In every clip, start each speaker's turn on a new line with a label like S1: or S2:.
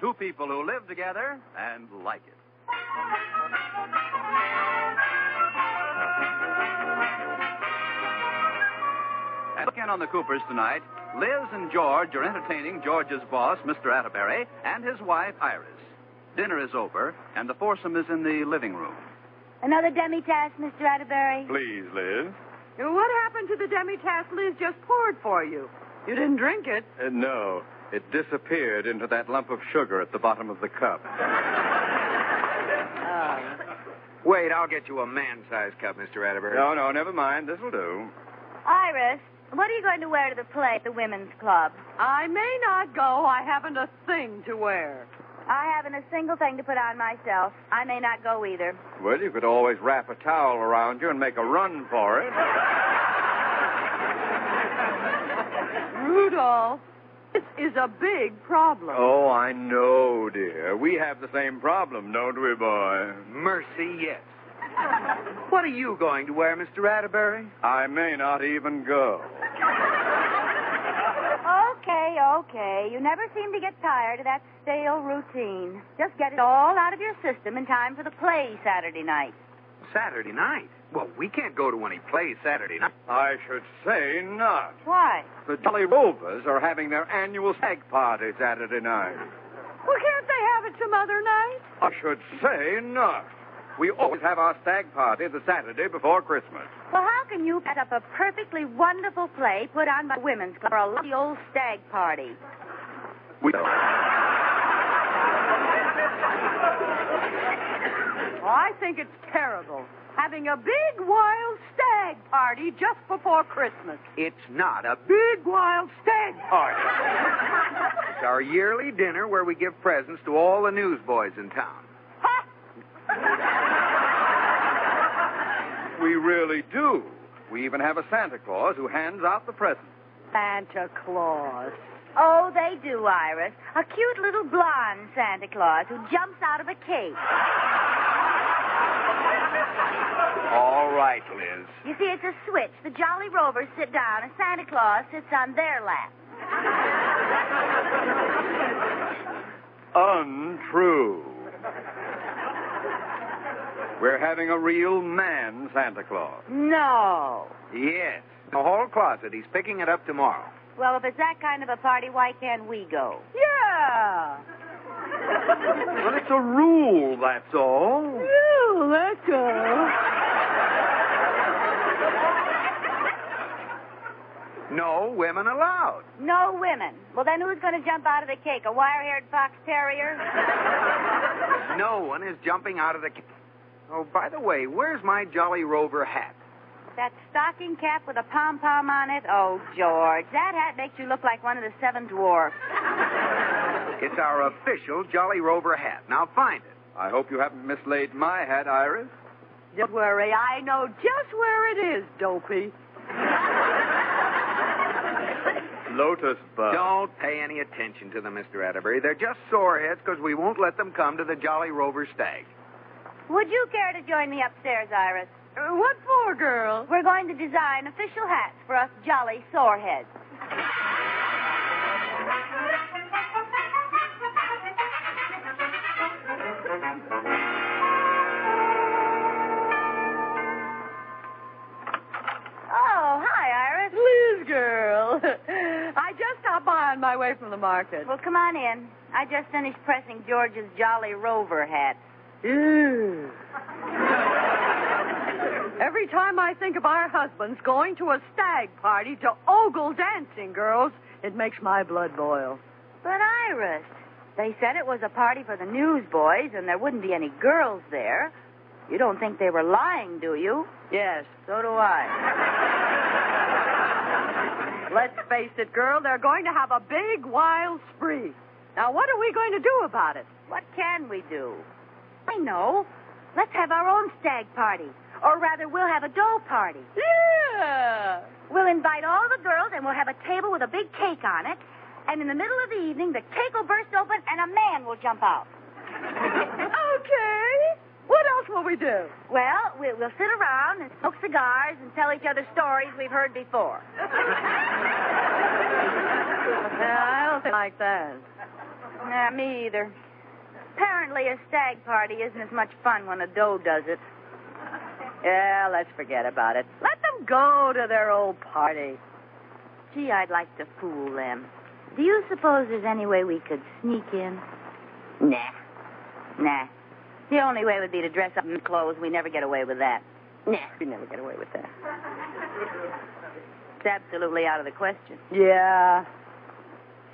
S1: Two people who live together and like it. And again on the Coopers tonight, Liz and George are entertaining George's boss, Mr. Atterbury, and his wife, Iris. Dinner is over, and the foursome is in the living room.
S2: Another demi task, Mr. Atterbury.
S3: Please, Liz.
S4: What happened to the demi-tasse Liz just poured for you? You didn't drink it.
S3: Uh, no, it disappeared into that lump of sugar at the bottom of the cup.
S5: Uh. Wait, I'll get you a man-sized cup, Mr. Atterbury.
S3: No, no, never mind. This'll do.
S2: Iris, what are you going to wear to the play at the women's club?
S4: I may not go. I haven't a thing to wear.
S2: I haven't a single thing to put on myself. I may not go either.
S3: Well, you could always wrap a towel around you and make a run for it.
S4: Rudolph, this is a big problem.
S3: Oh, I know, dear. We have the same problem, don't we, boy?
S5: Mercy, yes. what are you going to wear, Mr. Atterbury?
S3: I may not even go.
S2: Okay, okay. You never seem to get tired of that stale routine. Just get it all out of your system in time for the play Saturday night.
S5: Saturday night. Well, we can't go to any play Saturday night.
S3: I should say not.
S2: Why?
S3: The Jolly Rovers are having their annual stag party Saturday night.
S4: Well, can't they have it some other night?
S3: I should say not. We always have our stag party the Saturday before Christmas.
S2: Well, how can you set up a perfectly wonderful play put on by women's club for a lovely old stag party?
S3: We don't.
S4: Well, I think it's terrible. Having a big wild stag party just before Christmas.
S5: It's not a big wild stag party. it's our yearly dinner where we give presents to all the newsboys in town.
S4: Ha!
S3: We really do. We even have a Santa Claus who hands out the presents.
S4: Santa Claus.
S2: Oh, they do, Iris. A cute little blonde Santa Claus who jumps out of a cake.
S5: All right, Liz.
S2: You see, it's a switch. The Jolly Rovers sit down, and Santa Claus sits on their lap.
S3: Untrue. We're having a real man Santa Claus.
S4: No.
S5: Yes. The whole closet. He's picking it up tomorrow.
S2: Well, if it's that kind of a party, why can't we go?
S4: Yeah.
S3: Well, it's a rule, that's all.
S4: You let go.
S5: No women allowed.
S2: No women. Well, then who's going to jump out of the cake? A wire-haired fox terrier?
S5: No one is jumping out of the. ca- Oh, by the way, where's my Jolly Rover hat?
S2: That stocking cap with a pom-pom on it? Oh, George, that hat makes you look like one of the seven dwarfs.
S5: It's our official Jolly Rover hat. Now find it.
S3: I hope you haven't mislaid my hat, Iris.
S4: Don't worry. I know just where it is, Dopey.
S3: Lotus bud.
S5: Don't pay any attention to them, Mr. Atterbury. They're just soreheads because we won't let them come to the Jolly Rover stag.
S2: Would you care to join me upstairs, Iris?
S4: Uh, what for, girl?
S2: We're going to design official hats for us jolly soreheads. Oh, hi, Iris.
S4: Please, girl. I just stopped by on my way from the market.
S2: Well, come on in. I just finished pressing George's Jolly Rover hat.
S4: Ew. Every time I think of our husbands going to a stag party to ogle dancing girls, it makes my blood boil.
S2: But Iris, they said it was a party for the newsboys and there wouldn't be any girls there. You don't think they were lying, do you?
S4: Yes.
S2: So do I.
S4: Let's face it, girl, they're going to have a big wild spree. Now, what are we going to do about it?
S2: What can we do? I know. Let's have our own stag party. Or rather, we'll have a dough party.
S4: Yeah.
S2: We'll invite all the girls and we'll have a table with a big cake on it. And in the middle of the evening, the cake will burst open and a man will jump out.
S4: okay. What else will we do?
S2: Well, we- we'll sit around and smoke cigars and tell each other stories we've heard before.
S4: Yeah, I don't think like that.
S2: Nah, me either. Apparently, a stag party isn't as much fun when a doe does it. Yeah, let's forget about it.
S4: Let them go to their old party.
S2: Gee, I'd like to fool them. Do you suppose there's any way we could sneak in? Nah. Nah. The only way would be to dress up in clothes. We never get away with that. Nah, we never get away with that. It's absolutely out of the question.
S4: Yeah.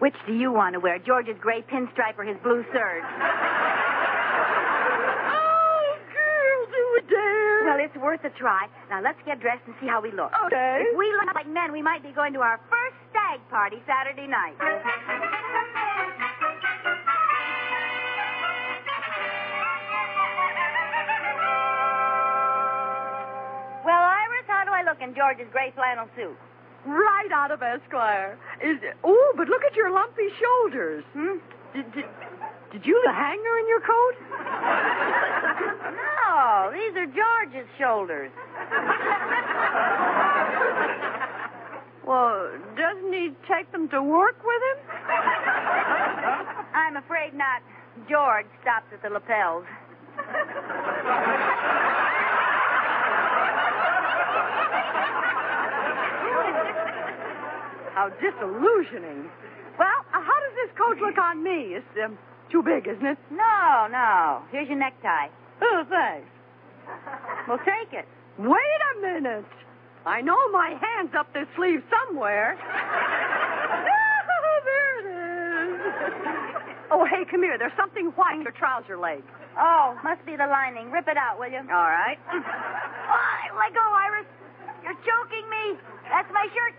S2: Which do you want to wear, George's gray pinstripe or his blue serge?
S4: Oh, girl, do we dare?
S2: Well, it's worth a try. Now, let's get dressed and see how we look.
S4: okay.
S2: If we look like men, we might be going to our first stag party Saturday night. Well, Iris, how do I look in George's gray flannel suit?
S4: Right out of Esquire. Is oh, but look at your lumpy shoulders.
S2: Hmm?
S4: Did, did, did you leave a hanger in your coat?
S2: No, these are George's shoulders.
S4: Well, doesn't he take them to work with him?
S2: I'm afraid not. George stops at the lapels.
S4: How disillusioning. Well, uh, how does this coat look on me? It's um, too big, isn't it?
S2: No, no. Here's your necktie.
S4: Oh, thanks.
S2: Well, take it.
S4: Wait a minute. I know my hand's up this sleeve somewhere. Oh, there it is. Oh, hey, come here. There's something white in your trouser leg.
S2: Oh, must be the lining. Rip it out, will you?
S4: All right.
S2: Oh, let go, Iris. You're choking me. That's my shirt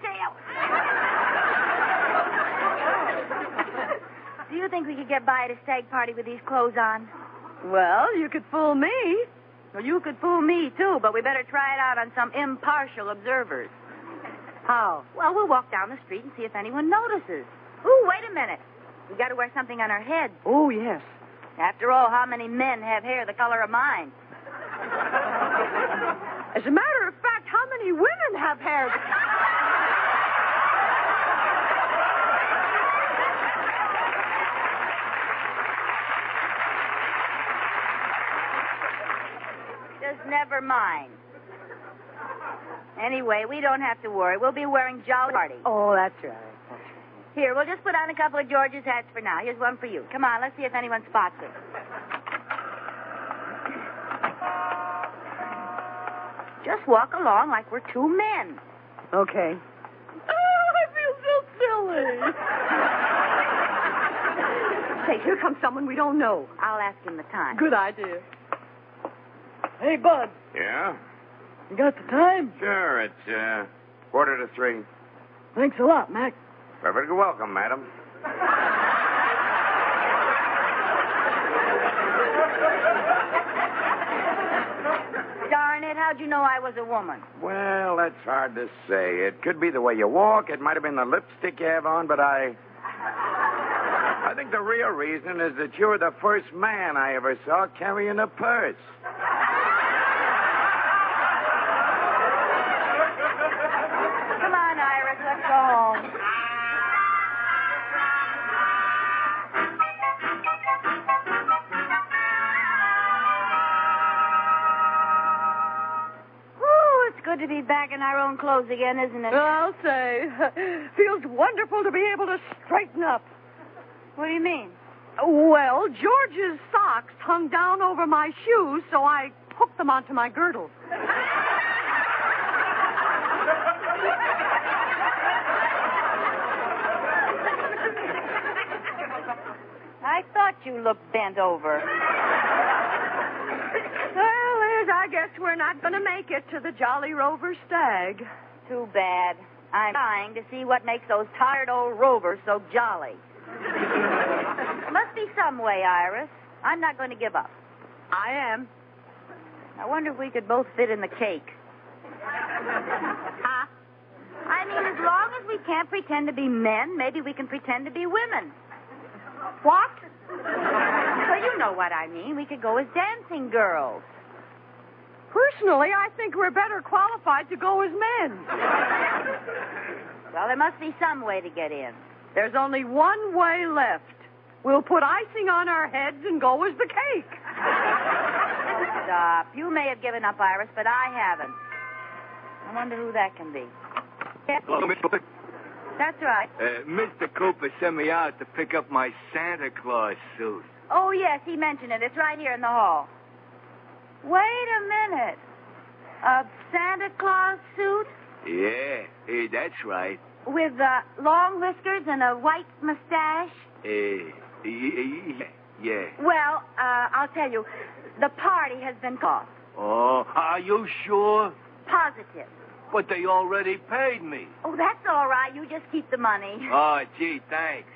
S2: tail. Do you think we could get by at a stag party with these clothes on?
S4: Well, you could fool me.
S2: Well, you could fool me, too, but we better try it out on some impartial observers.
S4: How?
S2: Well, we'll walk down the street and see if anyone notices. Ooh, wait a minute. We gotta wear something on our head.
S4: Oh, yes.
S2: After all, how many men have hair the color of mine?
S4: As a matter of fact, how many women have hair?
S2: Just never mind. Anyway, we don't have to worry. We'll be wearing jolly party.
S4: Oh, that's right.
S2: Here, we'll just put on a couple of George's hats for now. Here's one for you. Come on, let's see if anyone spots us. Just walk along like we're two men.
S4: Okay. Oh, I feel so silly. Say, here comes someone we don't know.
S2: I'll ask him the time.
S4: Good idea. Hey, Bud,
S5: Yeah?
S4: you got the time?
S5: Sure, it's, uh, quarter to three.
S4: Thanks a lot, Mac.
S5: Perfect welcome, madam.
S2: Darn it, how'd you know I was a woman?
S5: Well, that's hard to say. It could be the way you walk. It might have been the lipstick you have on, but I. I think the real reason is that you were the first man I ever saw carrying a purse.
S2: Come on, Iris, let's go home. Whew, it's good to be back in our own clothes again, isn't it?
S4: I'll say, feels wonderful to be able to straighten up.
S2: What do you mean?
S4: Well, George's socks hung down over my shoes, so I hooked them onto my girdle.
S2: I thought you looked bent over.
S4: Well, Liz, I guess we're not going to make it to the Jolly Rover Stag.
S2: Too bad. I'm dying to see what makes those tired old rovers so jolly. Must be some way, Iris. I'm not going to give up.
S4: I am.
S2: I wonder if we could both fit in the cake. huh? I mean, as long as we can't pretend to be men, maybe we can pretend to be women.
S4: What?
S2: So you know what I mean. We could go as dancing girls.
S4: Personally, I think we're better qualified to go as men.
S2: Well, there must be some way to get in.
S4: There's only one way left We'll put icing on our heads and go as the cake.
S2: Oh, stop. You may have given up, Iris, but I haven't. I wonder who that can be.
S6: Hello, Miss Cooper.
S2: That's right.
S6: Uh, Mr. Cooper sent me out to pick up my Santa Claus suit.
S2: Oh, yes, he mentioned it. It's right here in the hall. Wait a minute. A Santa Claus suit
S6: Yeah, eh, that's right.
S2: with uh, long whiskers and a white mustache?
S6: Eh, y- y- y- yeah.
S2: Well, uh, I'll tell you, the party has been called.
S6: Oh, are you sure?
S2: Positive.
S6: But they already paid me.
S2: Oh, that's all right. You just keep the money.
S6: Oh, gee, thanks.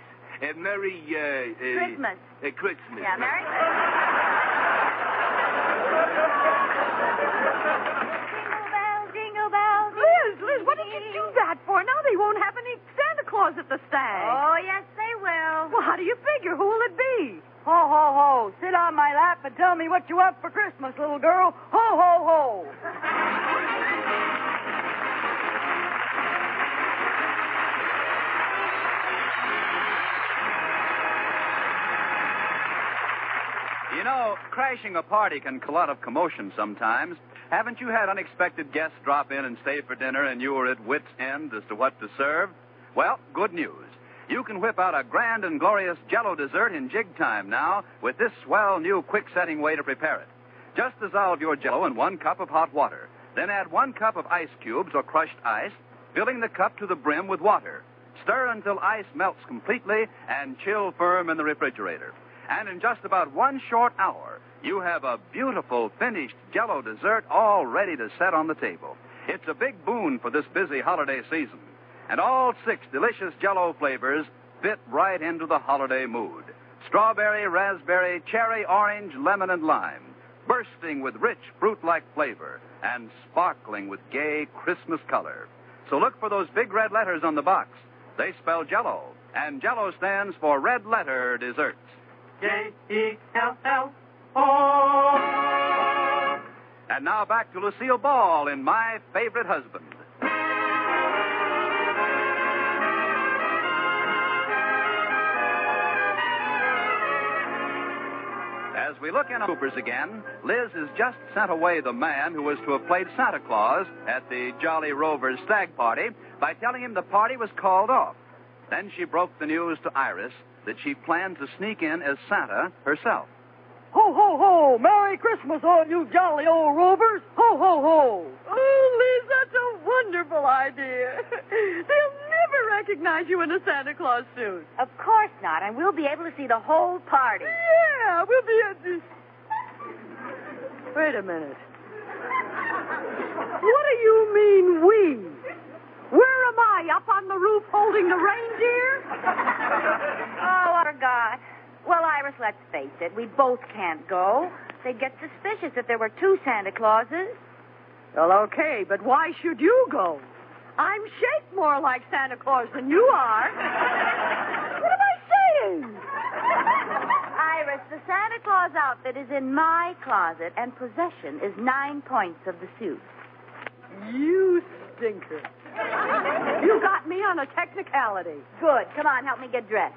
S6: Eh, Merry uh, eh,
S2: Ah, Christmas.
S6: eh, Christmas.
S2: Yeah, Merry Christmas. Jingle bell, jingle bells.
S4: Liz, Liz, what did you do that for? Now they won't have any Santa Claus at the stand.
S2: Oh, yes, they will.
S4: Well, how do you figure? Who will it be? Ho, ho, ho. Sit on my lap and tell me what you want for Christmas, little girl. Ho, ho, ho.
S3: You know, crashing a party can cause a lot of commotion sometimes. Haven't you had unexpected guests drop in and stay for dinner and you were at wit's end as to what to serve? Well, good news. You can whip out a grand and glorious jello dessert in jig time now with this swell new quick setting way to prepare it. Just dissolve your jello in one cup of hot water, then add one cup of ice cubes or crushed ice, filling the cup to the brim with water. Stir until ice melts completely and chill firm in the refrigerator. And in just about one short hour, you have a beautiful finished jello dessert all ready to set on the table. It's a big boon for this busy holiday season. And all six delicious jello flavors fit right into the holiday mood strawberry, raspberry, cherry, orange, lemon, and lime, bursting with rich fruit like flavor and sparkling with gay Christmas color. So look for those big red letters on the box. They spell jello, and jello stands for red letter desserts. And now back to Lucille Ball in My Favorite Husband. As we look in on Cooper's again, Liz has just sent away the man who was to have played Santa Claus at the Jolly Rover's stag party by telling him the party was called off. Then she broke the news to Iris that she planned to sneak in as Santa herself.
S4: Ho, ho, ho. Merry Christmas, all you jolly old rovers. Ho, ho, ho. Oh, Liz, that's a wonderful idea. They'll never recognize you in a Santa Claus suit.
S2: Of course not, and we'll be able to see the whole party.
S4: Yeah, we'll be at this. Wait a minute. What do you mean, we? Where am I? Up on the roof holding the reindeer?
S2: Oh, I forgot. Well, Iris, let's face it, we both can't go. They'd get suspicious if there were two Santa Clauses.
S4: Well, okay, but why should you go? I'm shaped more like Santa Claus than you are. what am I saying?
S2: Iris, the Santa Claus outfit is in my closet, and possession is nine points of the suit.
S4: You stinker. You got me on a technicality.
S2: Good. Come on, help me get dressed.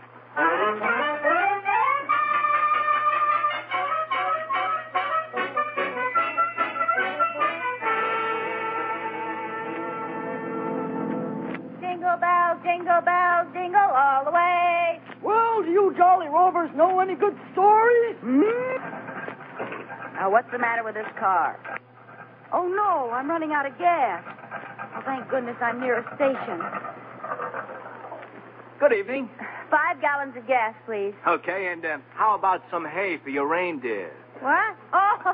S2: Jingle bell, jingle bell, jingle all the way.
S4: Well, do you Jolly Rovers know any good stories?
S2: Now, what's the matter with this car? Oh, no, I'm running out of gas. Oh, thank goodness I'm near a station.
S6: Good evening.
S2: Five gallons of gas, please.
S6: Okay, and uh, how about some hay for your reindeer?
S2: What?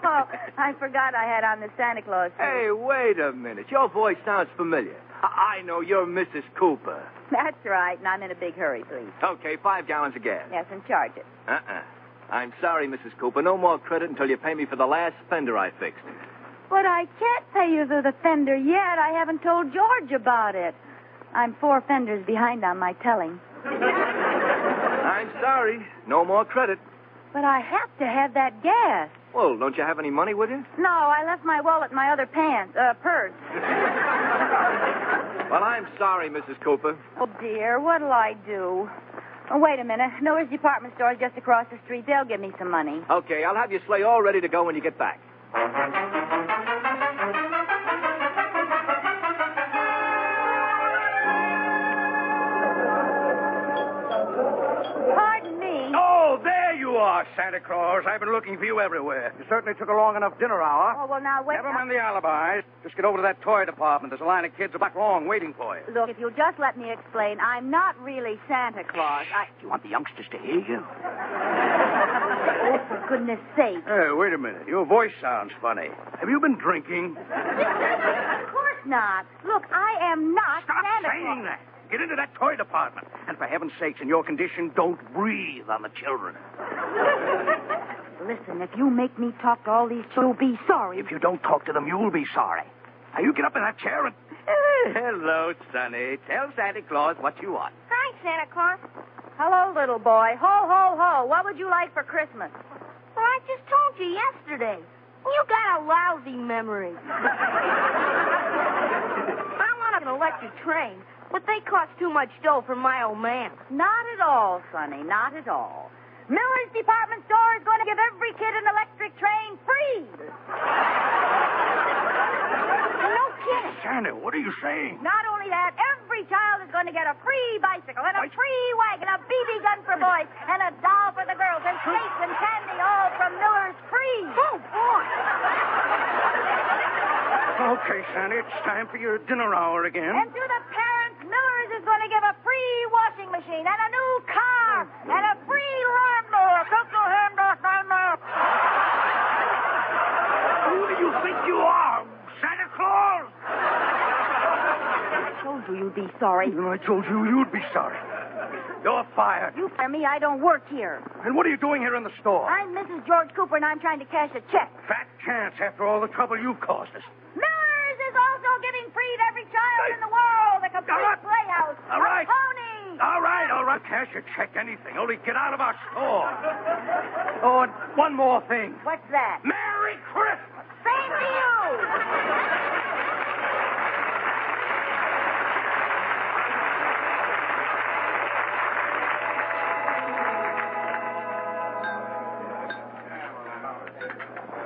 S2: Oh, I forgot I had on the Santa Claus. suit.
S6: Hey, wait a minute. Your voice sounds familiar. I, I know you're Mrs. Cooper.
S2: That's right, and I'm in a big hurry, please.
S6: Okay, five gallons of gas.
S2: Yes, and charge it.
S6: Uh-uh. I'm sorry, Mrs. Cooper. No more credit until you pay me for the last fender I fixed.
S2: But I can't pay you for the fender yet. I haven't told George about it. I'm four fenders behind on my telling.
S6: I'm sorry. No more credit.
S2: But I have to have that gas.
S6: Well, don't you have any money with you?
S2: No, I left my wallet in my other pants, uh, purse.
S6: Well, I'm sorry, Mrs. Cooper.
S2: Oh, dear, what'll I do? Oh, wait a minute. Miller's department store is just across the street. They'll give me some money.
S3: Okay, I'll have your sleigh all ready to go when you get back.
S2: Pardon me.
S5: Oh, there you are, Santa Claus. I've been looking for you everywhere. You certainly took a long enough dinner hour.
S2: Oh, well, now, wait.
S5: Never mind the alibis. Just get over to that toy department. There's a line of kids a block long waiting for you.
S2: Look, if you'll just let me explain, I'm not really Santa Claus. I...
S7: You want the youngsters to hear you?
S2: Oh, for goodness sake.
S5: Hey, wait a minute. Your voice sounds funny. Have you been drinking?
S2: of course not. Look, I am not
S5: Stop
S2: Santa
S5: saying
S2: Claus.
S5: that. Get into that toy department. And for heaven's sakes, in your condition, don't breathe on the children.
S2: Listen, if you make me talk to all these children, you'll be sorry.
S5: If you don't talk to them, you'll be sorry. Now, you get up in that chair and.
S6: Eh,
S7: Hello, Sonny. Tell Santa Claus what you want.
S2: Hi, Santa Claus. Hello, little boy. Ho, ho, ho. What would you like for Christmas?
S8: Well, I just told you yesterday. You got a lousy memory. I want an electric train, but they cost too much dough for my old man.
S2: Not at all, Sonny. Not at all. Miller's department store is going to give every kid an electric train free.
S8: No kidding.
S5: Santa, what are you saying?
S2: Not only that, every child is going to get a free bicycle and a free wagon, a BB gun for boys, and a doll for the girls, and cakes and candy, all from Miller's free.
S8: Oh, boy.
S5: Okay, Santa, it's time for your dinner hour again.
S2: And to the parents, Miller's is going to give a free washing machine and a new car
S8: Oh,
S2: and a free lawnmower. Coco Hamburg, lawnmower.
S5: Who do you think you are? Santa Claus?
S2: I told you you'd be sorry.
S5: And I told you you'd be sorry. You're fired.
S2: You for me, I don't work here.
S5: And what are you doing here in the store?
S2: I'm Mrs. George Cooper, and I'm trying to cash a check.
S5: Fat chance after all the trouble you've caused us.
S2: Miller's is also giving free to every child in the world a complete playhouse,
S5: All right. Uh,
S2: a pony.
S5: All right, all right. Cash a check, anything. Only get out of our store. Oh, and one more thing.
S2: What's that?
S5: Merry Christmas!
S2: Same to you.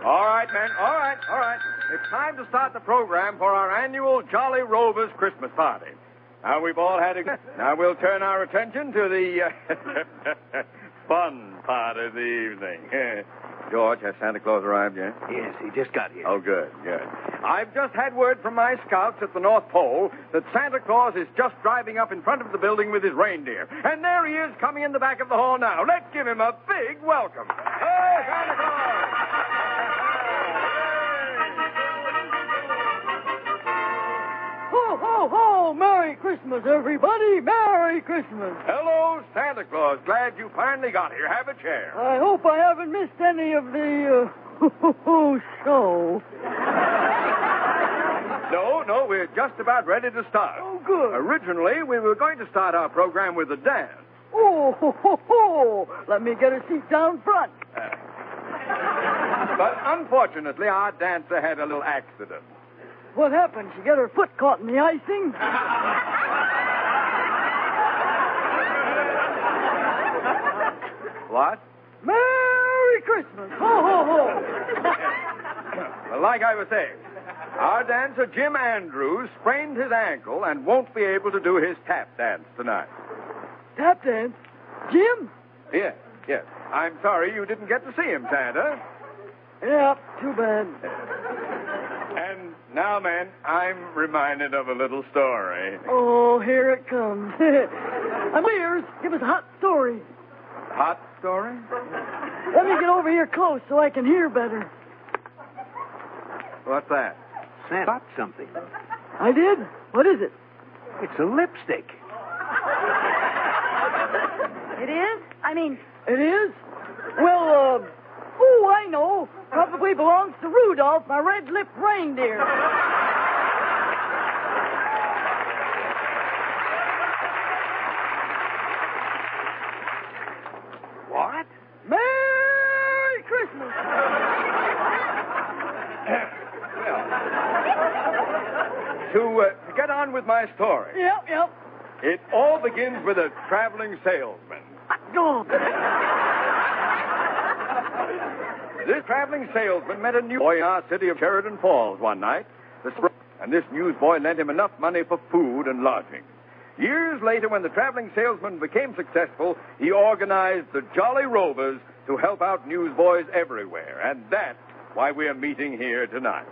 S3: All right, men. All right, all right. It's time to start the program for our annual Jolly Rovers Christmas party. Now we've all had a. Now we'll turn our attention to the uh, fun part of the evening. George, has Santa Claus arrived yet?
S7: Yes, he just got here.
S3: Oh, good, good. I've just had word from my scouts at the North Pole that Santa Claus is just driving up in front of the building with his reindeer. And there he is coming in the back of the hall now. Let's give him a big welcome. Hey, Santa Claus!
S4: Ho, ho, ho! Merry Christmas, everybody! Merry Christmas!
S3: Hello, Santa Claus. Glad you finally got here. Have a chair.
S4: I hope I haven't missed any of the, uh, ho, ho, ho show.
S3: No, no, we're just about ready to start.
S4: Oh, good.
S3: Originally, we were going to start our program with a dance.
S4: Oh, ho, ho, ho! Let me get a seat down front.
S3: But unfortunately, our dancer had a little accident.
S4: What happened? She got her foot caught in the icing?
S3: What?
S4: Merry Christmas! Ho, ho, ho!
S3: Well, like I was saying, our dancer, Jim Andrews, sprained his ankle and won't be able to do his tap dance tonight.
S4: Tap dance? Jim?
S3: Yes, yes. I'm sorry you didn't get to see him, Santa.
S4: Yeah, too bad.
S3: And now, man, I'm reminded of a little story.
S4: Oh, here it comes. I'm ears. Give us a hot story.
S3: Hot story?
S4: Let me get over here close so I can hear better.
S3: What's that?
S7: Santa got something.
S4: I did? What is it?
S7: It's a lipstick.
S2: It is? I mean,
S4: It is? Well, uh, oh, I know. Probably belongs to Rudolph, my red-lipped reindeer.
S7: What?
S4: Merry Christmas.
S3: To, uh, to get on with my story,
S4: Yep, yep.
S3: it all begins with a traveling salesman.
S4: stool.
S3: This traveling salesman met a new boy in our city of Sheridan Falls one night. The spr- and this newsboy lent him enough money for food and lodging. Years later, when the traveling salesman became successful, he organized the Jolly Rovers to help out newsboys everywhere. And that's why we're meeting here tonight.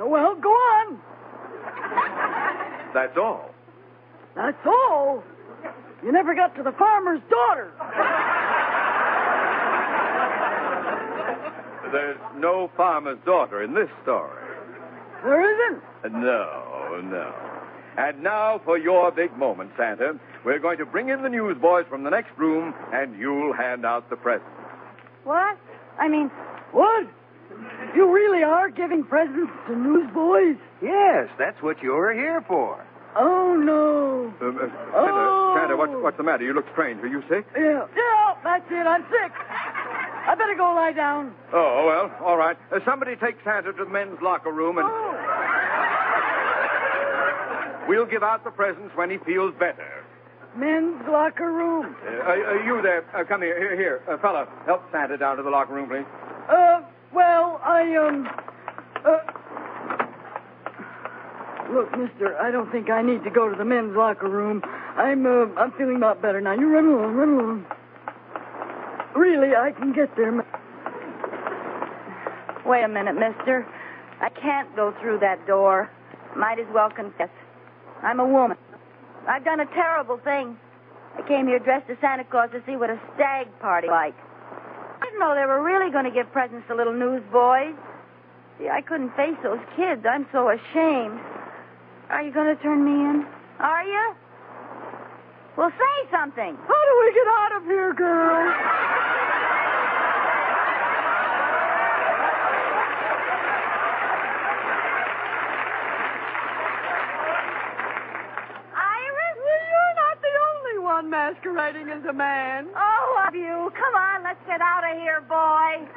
S4: well, go on.
S3: That's all.
S4: That's all. You never got to the farmer's daughter.
S3: There's no farmer's daughter in this story.
S4: There isn't.
S3: No, no. And now for your big moment, Santa. We're going to bring in the newsboys from the next room, and you'll hand out the presents.
S2: What? I mean,
S4: What? You really are giving presents to newsboys?
S7: Yes, that's what you're here for.
S4: Oh, no.
S3: Um, uh, Santa,
S4: Oh.
S3: Santa, what's, what's the matter? You look strange. Are you sick?
S4: Yeah. Yeah, that's it. I'm sick. I better go lie down.
S3: Oh, well, all right. Uh, somebody take Santa to the men's locker room, and we'll give out the presents when he feels better.
S4: Men's locker room.
S3: Uh, uh, uh, you there, uh, come here, here, here. Uh, fella, help Santa down to the locker room, please.
S4: Uh, well, I, um. Uh, look, mister, I don't think I need to go to the men's locker room. I'm, uh, I'm feeling about better now. You run along, run along. Really, I can get there. ma-
S2: wait a minute, mister. I can't go through that door. Might as well confess. I'm a woman. I've done a terrible thing. I came here dressed as Santa Claus to see what a stag party like. I didn't know they were really going to give presents to little newsboys. See, I couldn't face those kids. I'm so ashamed. Are you going to turn me in? Are you? Well, say something.
S4: How do we get out of here, girl?
S2: Iris?
S4: Well, you're not the only one masquerading as a man.
S2: Oh, of you. Come on, let's get out of here, boy.